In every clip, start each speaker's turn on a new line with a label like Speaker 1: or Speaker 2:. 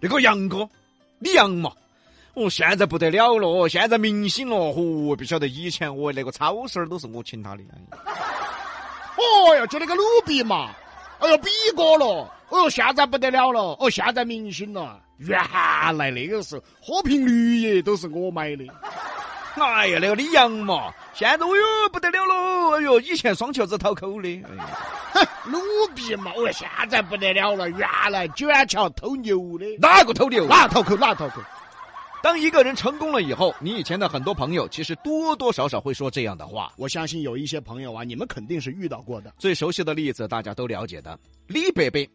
Speaker 1: 那个杨哥，李阳嘛，哦，现在不得了了，哦现在明星了，嚯、不晓得以前我那个超市儿都是我请他的。哎
Speaker 2: 哦哟，就那个鲁比嘛，哎呦，比过了，哎呦，现在不得了了，哦，现在明星了。原来那个时候，喝瓶绿叶都是我买的。
Speaker 1: 哎呀，那个李阳嘛，现在哎呦不得了了，哎呦，以前双球子掏口的。哎呀
Speaker 2: 哼，鲁比嘛，哦，现在不得了了。原来卷桥偷牛的，
Speaker 1: 哪个偷牛？
Speaker 2: 哪套口哪套口。
Speaker 1: 当一个人成功了以后，你以前的很多朋友其实多多少少会说这样的话。
Speaker 2: 我相信有一些朋友啊，你们肯定是遇到过的。
Speaker 1: 最熟悉的例子大家都了解的，李伯伯，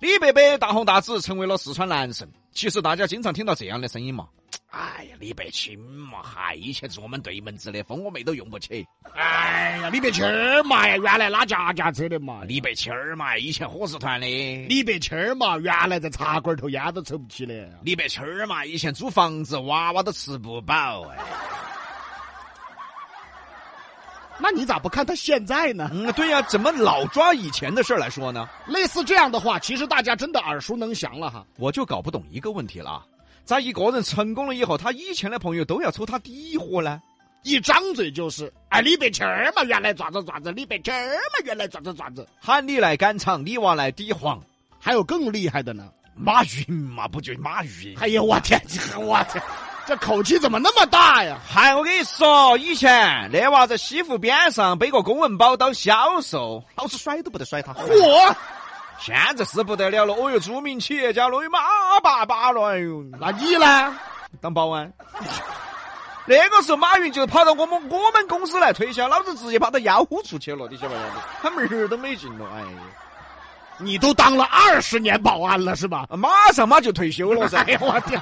Speaker 1: 李伯伯大红大紫成为了四川男神。其实大家经常听到这样的声音嘛，哎呀，李伯清嘛，嗨，以前是我们对门子的，风我妹都用不起。
Speaker 2: 哎呀，李白清儿嘛呀，原来拉家家车的嘛，
Speaker 1: 啊李伯清儿嘛，以前伙食团的。李
Speaker 2: 李白清儿嘛，原来在茶馆儿头烟都抽不起的。
Speaker 1: 李伯清儿嘛，以前租房子，娃娃都吃不饱。哎，
Speaker 2: 那你咋不看他现在呢？
Speaker 1: 嗯，对呀、怎么老抓以前的事儿来说呢？
Speaker 2: 类似这样的话，其实大家真的耳熟能详了哈。
Speaker 1: 我就搞不懂一个问题了啊，在一个人成功了以后，他以前的朋友都要抽他第一火呢？
Speaker 2: 一张嘴就是，哎，李白清儿嘛，原来咋子咋子，李白清儿嘛，原来咋子咋子。
Speaker 1: 喊你来赶场，你娃来抵黄。
Speaker 2: 还有更厉害的呢。
Speaker 1: 马云嘛，不就马云？
Speaker 2: 哎呀，我天，这我天，这口气怎么那么大呀？
Speaker 1: 嗨，我跟你说，以前那娃在西湖边上背个公文包当销售，老子甩都不得甩他。
Speaker 2: 嚯，
Speaker 1: 现在是不得了了，哦哟，著名企业家了，马爸爸了，哎呦，
Speaker 2: 那你呢？
Speaker 1: 当保安。那个时候，马云就跑到我们我们公司来推销，老子直接把他吆喝出去了，你晓不晓得？他门儿都没进了，哎呀，
Speaker 2: 你都当了二十年保安了是吧？
Speaker 1: 马上嘛就退休了噻
Speaker 2: 哎。呀，我天，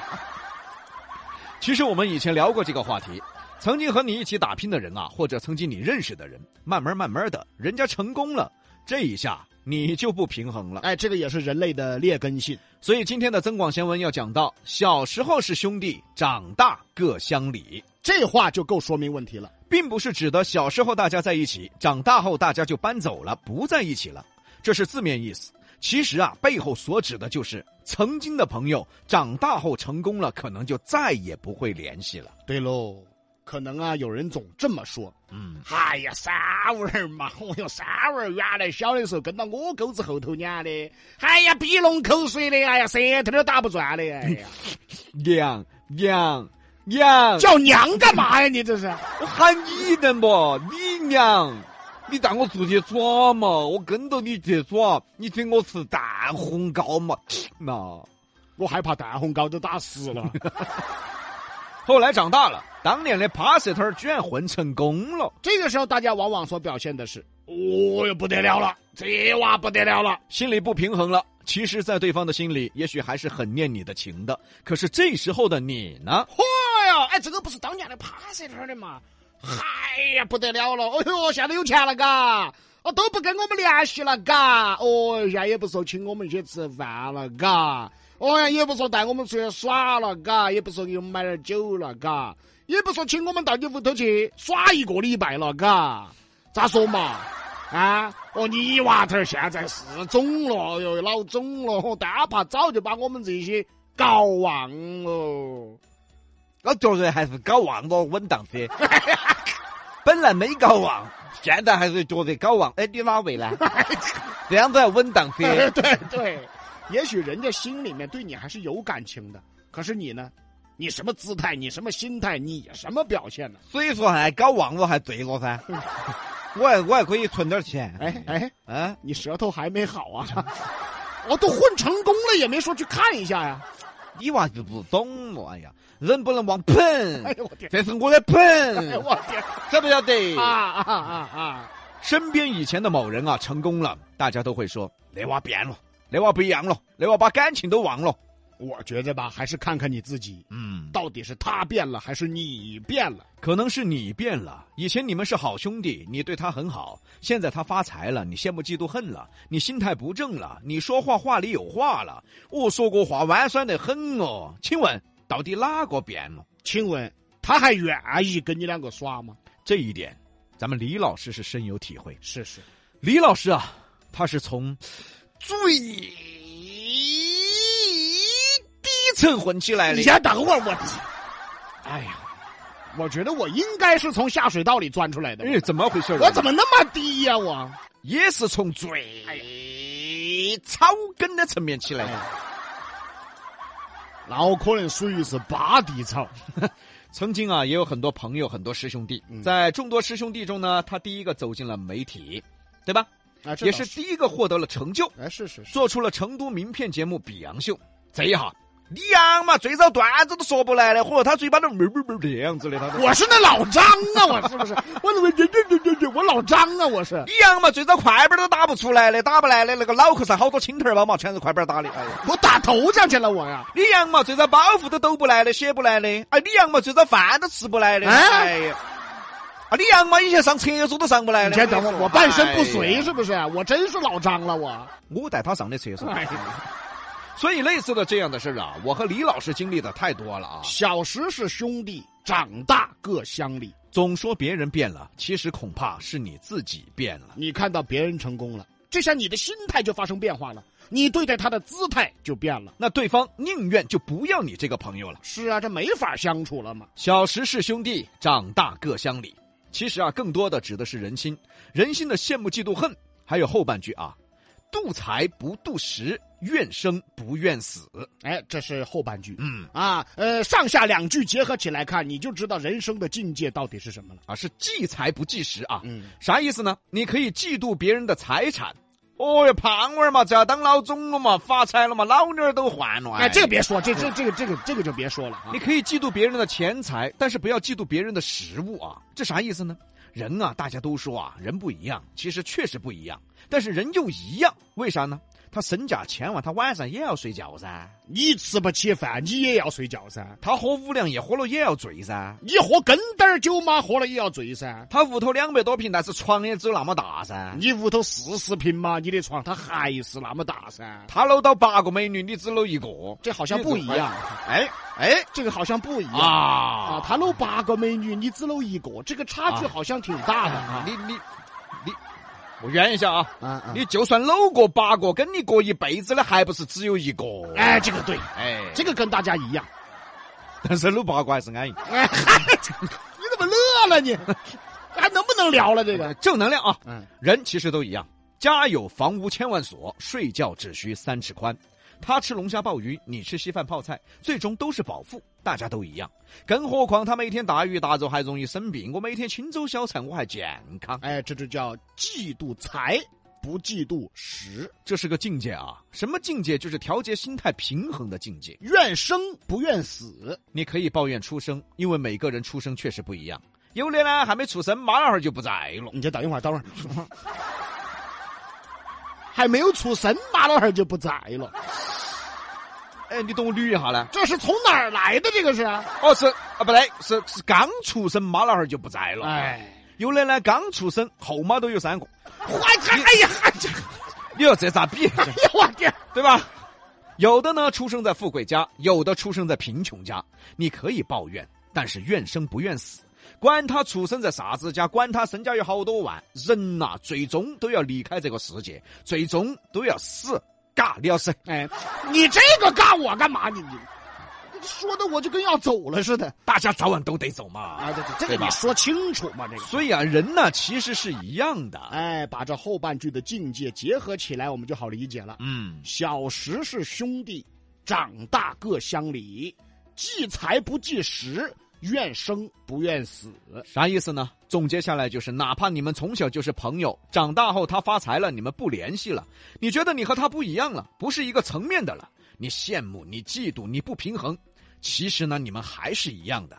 Speaker 1: 其实我们以前聊过这个话题，曾经和你一起打拼的人啊，或者曾经你认识的人，慢慢慢慢的，人家成功了，这一下你就不平衡了。
Speaker 2: 哎，这个也是人类的劣根性。
Speaker 1: 所以今天的增广贤文要讲到，小时候是兄弟，长大各乡里。
Speaker 2: 这话就够说明问题了。
Speaker 1: 并不是指的小时候大家在一起，长大后大家就搬走了，不在一起了，这是字面意思。其实啊，背后所指的就是曾经的朋友，长大后成功了，可能就再也不会联系了。
Speaker 2: 对喽，可能啊，有人总这么说。
Speaker 1: 嗯，
Speaker 2: 哎呀，三娃儿嘛，我哟，三娃儿原来小的时候跟到我钩子后头撵的，哎呀，鼻龙口水的，哎呀，舌头都打不转的，哎呀，
Speaker 1: 娘娘娘，
Speaker 2: 叫娘干嘛呀？你这是？
Speaker 1: 我喊你的不？你娘，你带我出去耍嘛，我跟着你去耍，你请我吃蛋烘糕嘛，那。
Speaker 2: 我害怕蛋烘糕都打湿 了。
Speaker 1: 后来长大了，当年的巴塞特儿居然混成功了。
Speaker 2: 这个时候，大家往往所表现的是，哦哟，不得了了，这娃不得了了。
Speaker 1: 心里不平衡了。其实，在对方的心里，也许还是很念你的情的。可是这时候的你呢？
Speaker 2: 嚯哟，哎，这个不是当年的帕塞特的嘛？哎呀，不得了了，哦哟，现在有钱了嘎，哦都不跟我们联系了嘎，哦现在也不说请我们去吃饭了嘎，哦呀也不说带我们出去耍了嘎，也不说给我们买点酒了嘎，也不说请我们到你屋头去耍一个礼拜了嘎，咋说嘛？啊！哦，你娃头儿现在是肿了，哟，老肿了，哦但怕早就把我们这些搞忘了。
Speaker 1: 我觉得还是搞忘了稳当些。 本来没搞忘，现在还是觉得搞忘。哎，你哪位呢？这样子还稳当些。
Speaker 2: 对对，也许人家心里面对你还是有感情的，可是你呢？你什么姿态？你什么心态？你什么表现呢？
Speaker 1: 所以说，还搞忘了还对了噻。我还我还可以存点钱。
Speaker 2: 哎哎，
Speaker 1: 啊，
Speaker 2: 你舌头还没好啊？ 我都混成功了，也没说去看一下呀！
Speaker 1: 你娃就不懂了。哎呀，人不能忘本
Speaker 2: 哎，呦我天！
Speaker 1: 这是我的
Speaker 2: 哎呦
Speaker 1: 本，
Speaker 2: 我天！
Speaker 1: 晓不晓得？
Speaker 2: 啊啊啊啊！
Speaker 1: 身边以前的某人啊成功了，大家都会说那娃变了，那娃不一样了，那娃把感情都忘了。
Speaker 2: 我觉着吧，还是看看你自己，
Speaker 1: 嗯，
Speaker 2: 到底是他变了还是你变了？
Speaker 1: 可能是你变了。以前你们是好兄弟，你对他很好，现在他发财了，你羡慕嫉妒恨了，你心态不正了，你说话话里有话了，我说过话弯酸得很哦。请问到底哪个变了？
Speaker 2: 请问他还愿意跟你两个耍吗？
Speaker 1: 这一点，咱们李老师是深有体会。
Speaker 2: 是是，
Speaker 1: 李老师啊，他是从最低层混起来
Speaker 2: 你
Speaker 1: 的。
Speaker 2: 先等会儿，我，哎呀，我觉得我应该是从下水道里钻出来的，
Speaker 1: 哎，怎么回事儿？
Speaker 2: 我怎么那么低呀、我哎
Speaker 1: 也是从最草根的层面起来的？
Speaker 2: 那我可能属于是八地草，
Speaker 1: 曾经啊，也有很多朋友，很多师兄弟，
Speaker 2: 嗯
Speaker 1: 在众多师兄弟中呢，他第一个走进了媒体，对吧？
Speaker 2: 啊，这
Speaker 1: 也
Speaker 2: 倒
Speaker 1: 是，第一个获得了成就，
Speaker 2: 哎，是是是，
Speaker 1: 做出了成都名片节目《比洋秀》。这一下，你呀嘛，最早段子都说不来的，嚯，他嘴巴都哞哞哞这样子的，他都。
Speaker 2: 我是那老张啊，我是不是？我怎么这这这这这我老张啊，我是。
Speaker 1: 你样嘛，最早快板都打不出来的，打不来的，那个脑壳上好多青头儿包嘛，全是快板打的。哎呀，
Speaker 2: 我打头上去了，我呀！
Speaker 1: 你样嘛，最早包袱都抖不来的，写不来的。哎，你样嘛，最早饭都吃不来的。
Speaker 2: 啊
Speaker 1: 哎呀，啊，你样嘛，以前上厕所都上不来
Speaker 2: 你
Speaker 1: 的。
Speaker 2: 先等会
Speaker 1: 我
Speaker 2: 儿，
Speaker 1: 跟你说
Speaker 2: 我半身哎不
Speaker 1: 哎
Speaker 2: 遂
Speaker 1: 呀
Speaker 2: 是不是？我真是老张了，我。
Speaker 1: 我带他上的厕所。
Speaker 2: 哎呀，
Speaker 1: 所以类似的这样的事儿啊，我和李老师经历的太多了啊。
Speaker 2: 小时是兄弟，长大各乡里。
Speaker 1: 总说别人变了，其实恐怕是你自己变了。
Speaker 2: 你看到别人成功了，这下你的心态就发生变化了，你对待他的姿态就变了。
Speaker 1: 那对方宁愿就不要你这个朋友了。
Speaker 2: 是啊，这没法相处了嘛。
Speaker 1: 小时是兄弟，长大各乡里。其实啊，更多的指的是人心，人心的羡慕、嫉妒、恨，还有后半句啊，妒财不妒食，愿生不愿死。
Speaker 2: 哎，这是后半句。
Speaker 1: 嗯，
Speaker 2: 啊，呃，上下两句结合起来看，你就知道人生的境界到底是什么了。
Speaker 1: 啊，是忌财不忌食啊。
Speaker 2: 嗯，
Speaker 1: 啥意思呢？你可以嫉妒别人的财产。哦哟，胖娃儿嘛，只要当老总了嘛，发财了嘛，老妞儿都换了。
Speaker 2: 哎，这个别说，这这这个这个这个就别说了啊
Speaker 1: 你。可以嫉妒别人的钱财，但是不要嫉妒别人的食物啊。这啥意思呢？人啊，大家都说啊，人不一样，其实确实不一样，但是人又一样，为啥呢？他身价千万，他晚上也要睡觉噻，
Speaker 2: 你吃不起饭，你也要睡觉噻。
Speaker 1: 他喝五粮液喝了也要醉噻，
Speaker 2: 你喝跟单儿酒嘛，喝了也要醉噻。
Speaker 1: 他屋头两百多平，但是床也只有那么大噻。
Speaker 2: 你屋头四十平嘛，你的床它还是那么大噻。
Speaker 1: 他搂到八个美女，你只搂一个，
Speaker 2: 这好像不一样，
Speaker 1: 哎哎
Speaker 2: 这个好像不一样啊
Speaker 1: 啊！
Speaker 2: 他搂八个美女，你只搂一个，这个差距好像挺大的啊。
Speaker 1: 你你你，我圆一下啊！
Speaker 2: 啊啊！
Speaker 1: 你就算搂过八个，跟你过一辈子的还不是只有一个？
Speaker 2: 哎，这个对，
Speaker 1: 哎，
Speaker 2: 这个跟大家一样。
Speaker 1: 但是搂八卦还是安逸。
Speaker 2: 哎，嗨 你怎么乐了你？还能不能聊了这个？
Speaker 1: 正能量啊，
Speaker 2: 嗯，
Speaker 1: 人其实都一样。家有房屋千万所，睡觉只需三尺宽。他吃龙虾鲍鱼，你吃稀饭泡菜，最终都是饱腹。大家都一样，更何况他每天大鱼大肉还容易生病，我每天清粥小菜我还健康，
Speaker 2: 哎，这就叫嫉妒财，不嫉妒食。
Speaker 1: 这是个境界啊！什么境界？就是调节心态平衡的境界。
Speaker 2: 愿生不愿死，
Speaker 1: 你可以抱怨出生，因为每个人出生确实不一样。有的呢还没出生，妈老汉儿就不在了。
Speaker 2: 你就等一会儿，等会儿。还没有出生，马老汉儿就不在了。
Speaker 1: 哎，你懂我捋一下呢？
Speaker 2: 这是从哪儿来的？这个是？
Speaker 1: 哦，是啊，不对，是是刚出生，妈老汉儿就不在了。
Speaker 2: 哎，
Speaker 1: 有的呢，刚出生后妈都有三个，
Speaker 2: 还 哎呀，还这，
Speaker 1: 你说这咋比，
Speaker 2: 哎呀，我天！
Speaker 1: 对吧？有的呢出生在富贵家，有的出生在贫穷家。你可以抱怨，但是愿生不愿死，管他出生在啥子家，管他身家有好多万，人呐、最终都要离开这个世界，最终都要死。嘎，你要死，
Speaker 2: 哎，你这个尬我干嘛？你你说的我就跟要走了似的。
Speaker 1: 大家早晚都得走嘛。
Speaker 2: 啊，对对，这
Speaker 1: 对
Speaker 2: 个
Speaker 1: 吧
Speaker 2: 你说清楚嘛，这个。
Speaker 1: 所以啊，人呐、其实是一样的。
Speaker 2: 哎，把这后半句的境界结合起来，我们就好理解了。
Speaker 1: 嗯，
Speaker 2: 小时是兄弟，长大各乡里，忌财不忌食，愿生不愿死。
Speaker 1: 啥意思呢？总结下来就是，哪怕你们从小就是朋友，长大后他发财了，你们不联系了，你觉得你和他不一样了，不是一个层面的了，你羡慕，你嫉妒，你不平衡，其实呢，你们还是一样的。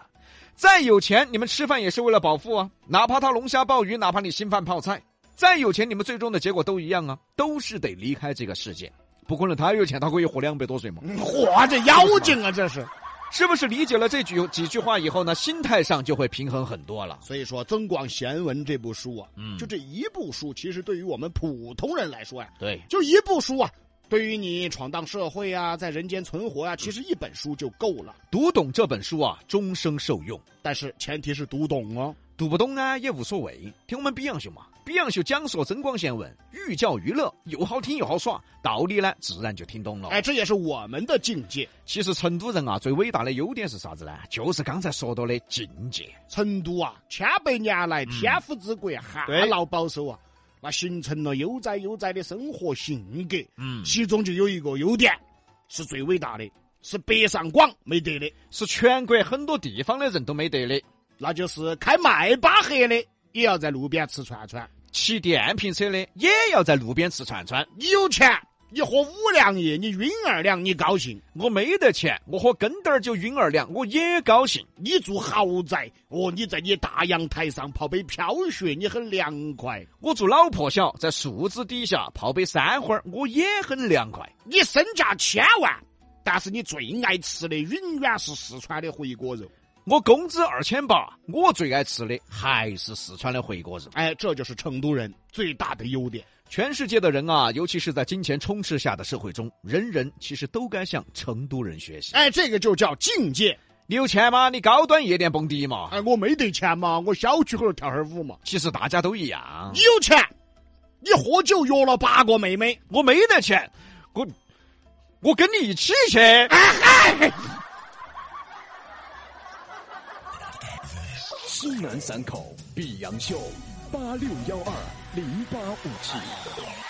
Speaker 1: 再有钱，你们吃饭也是为了饱腹啊，哪怕他龙虾鲍鱼，哪怕你新饭泡菜，再有钱，你们最终的结果都一样啊，都是得离开这个世界。不可能他有钱，他可以活两百多岁嘛？
Speaker 2: 嚯，这妖精啊，这是！
Speaker 1: 是不是理解了这句几句话以后呢，心态上就会平衡很多了？
Speaker 2: 所以说，《增广贤文》这部书啊，
Speaker 1: 嗯
Speaker 2: 就这一部书，其实对于我们普通人来说呀、
Speaker 1: 对，
Speaker 2: 就一部书啊，对于你闯荡社会啊，在人间存活啊，其实一本书就够了。
Speaker 1: 读懂这本书啊，终生受用；
Speaker 2: 但是前提是读懂哦。
Speaker 1: 读不懂呢，也无所谓。听我们比洋秀嘛，比 Beyond 秀讲说增广贤文，寓教于乐，又好听又好耍，道理呢自然就听懂了。
Speaker 2: 哎，这也是我们的境界。
Speaker 1: 其实成都人啊，最伟大的优点是啥子呢？就是刚才说到的境界。
Speaker 2: 成都啊，千百年来天府之国，旱
Speaker 1: 嗯对
Speaker 2: 涝保收啊，那形成了悠哉悠哉的生活性格。
Speaker 1: 嗯，
Speaker 2: 其中就有一个优点，是最伟大的，是北上广没得的，
Speaker 1: 是全国很多地方的人都没得的。
Speaker 2: 那就是开迈巴赫的也要在路边吃串串。
Speaker 1: 骑电瓶车的也要在路边吃串串。
Speaker 2: 你有钱，你喝五粮液，你晕二两，你高兴；
Speaker 1: 我没得钱，我喝根点儿就晕二两，我也高兴。
Speaker 2: 你住豪宅，哦，你在你大阳台上泡杯飘雪，你很凉快。
Speaker 1: 我住老破小，在树枝底下泡杯三花儿，我也很凉快。
Speaker 2: 你身价千万，但是你最爱吃的永远是四川的回锅肉。
Speaker 1: 我工资二千八，我最爱吃的还是四川的回锅肉。
Speaker 2: 哎，这就是成都人最大的优点。
Speaker 1: 全世界的人啊，尤其是在金钱充斥下的社会中，人人其实都该向成都人学习。
Speaker 2: 哎，这个就叫境界。
Speaker 1: 你有钱吗？你高端夜店蹦迪嘛？
Speaker 2: 哎，我没得钱嘛，我小区后头跳哈儿舞嘛。
Speaker 1: 其实大家都一样
Speaker 2: 你。有钱，你喝酒约了八个妹妹，
Speaker 1: 我没得钱，我我跟你一起去。
Speaker 3: 西南三口碧阳秀八六幺二零八五七。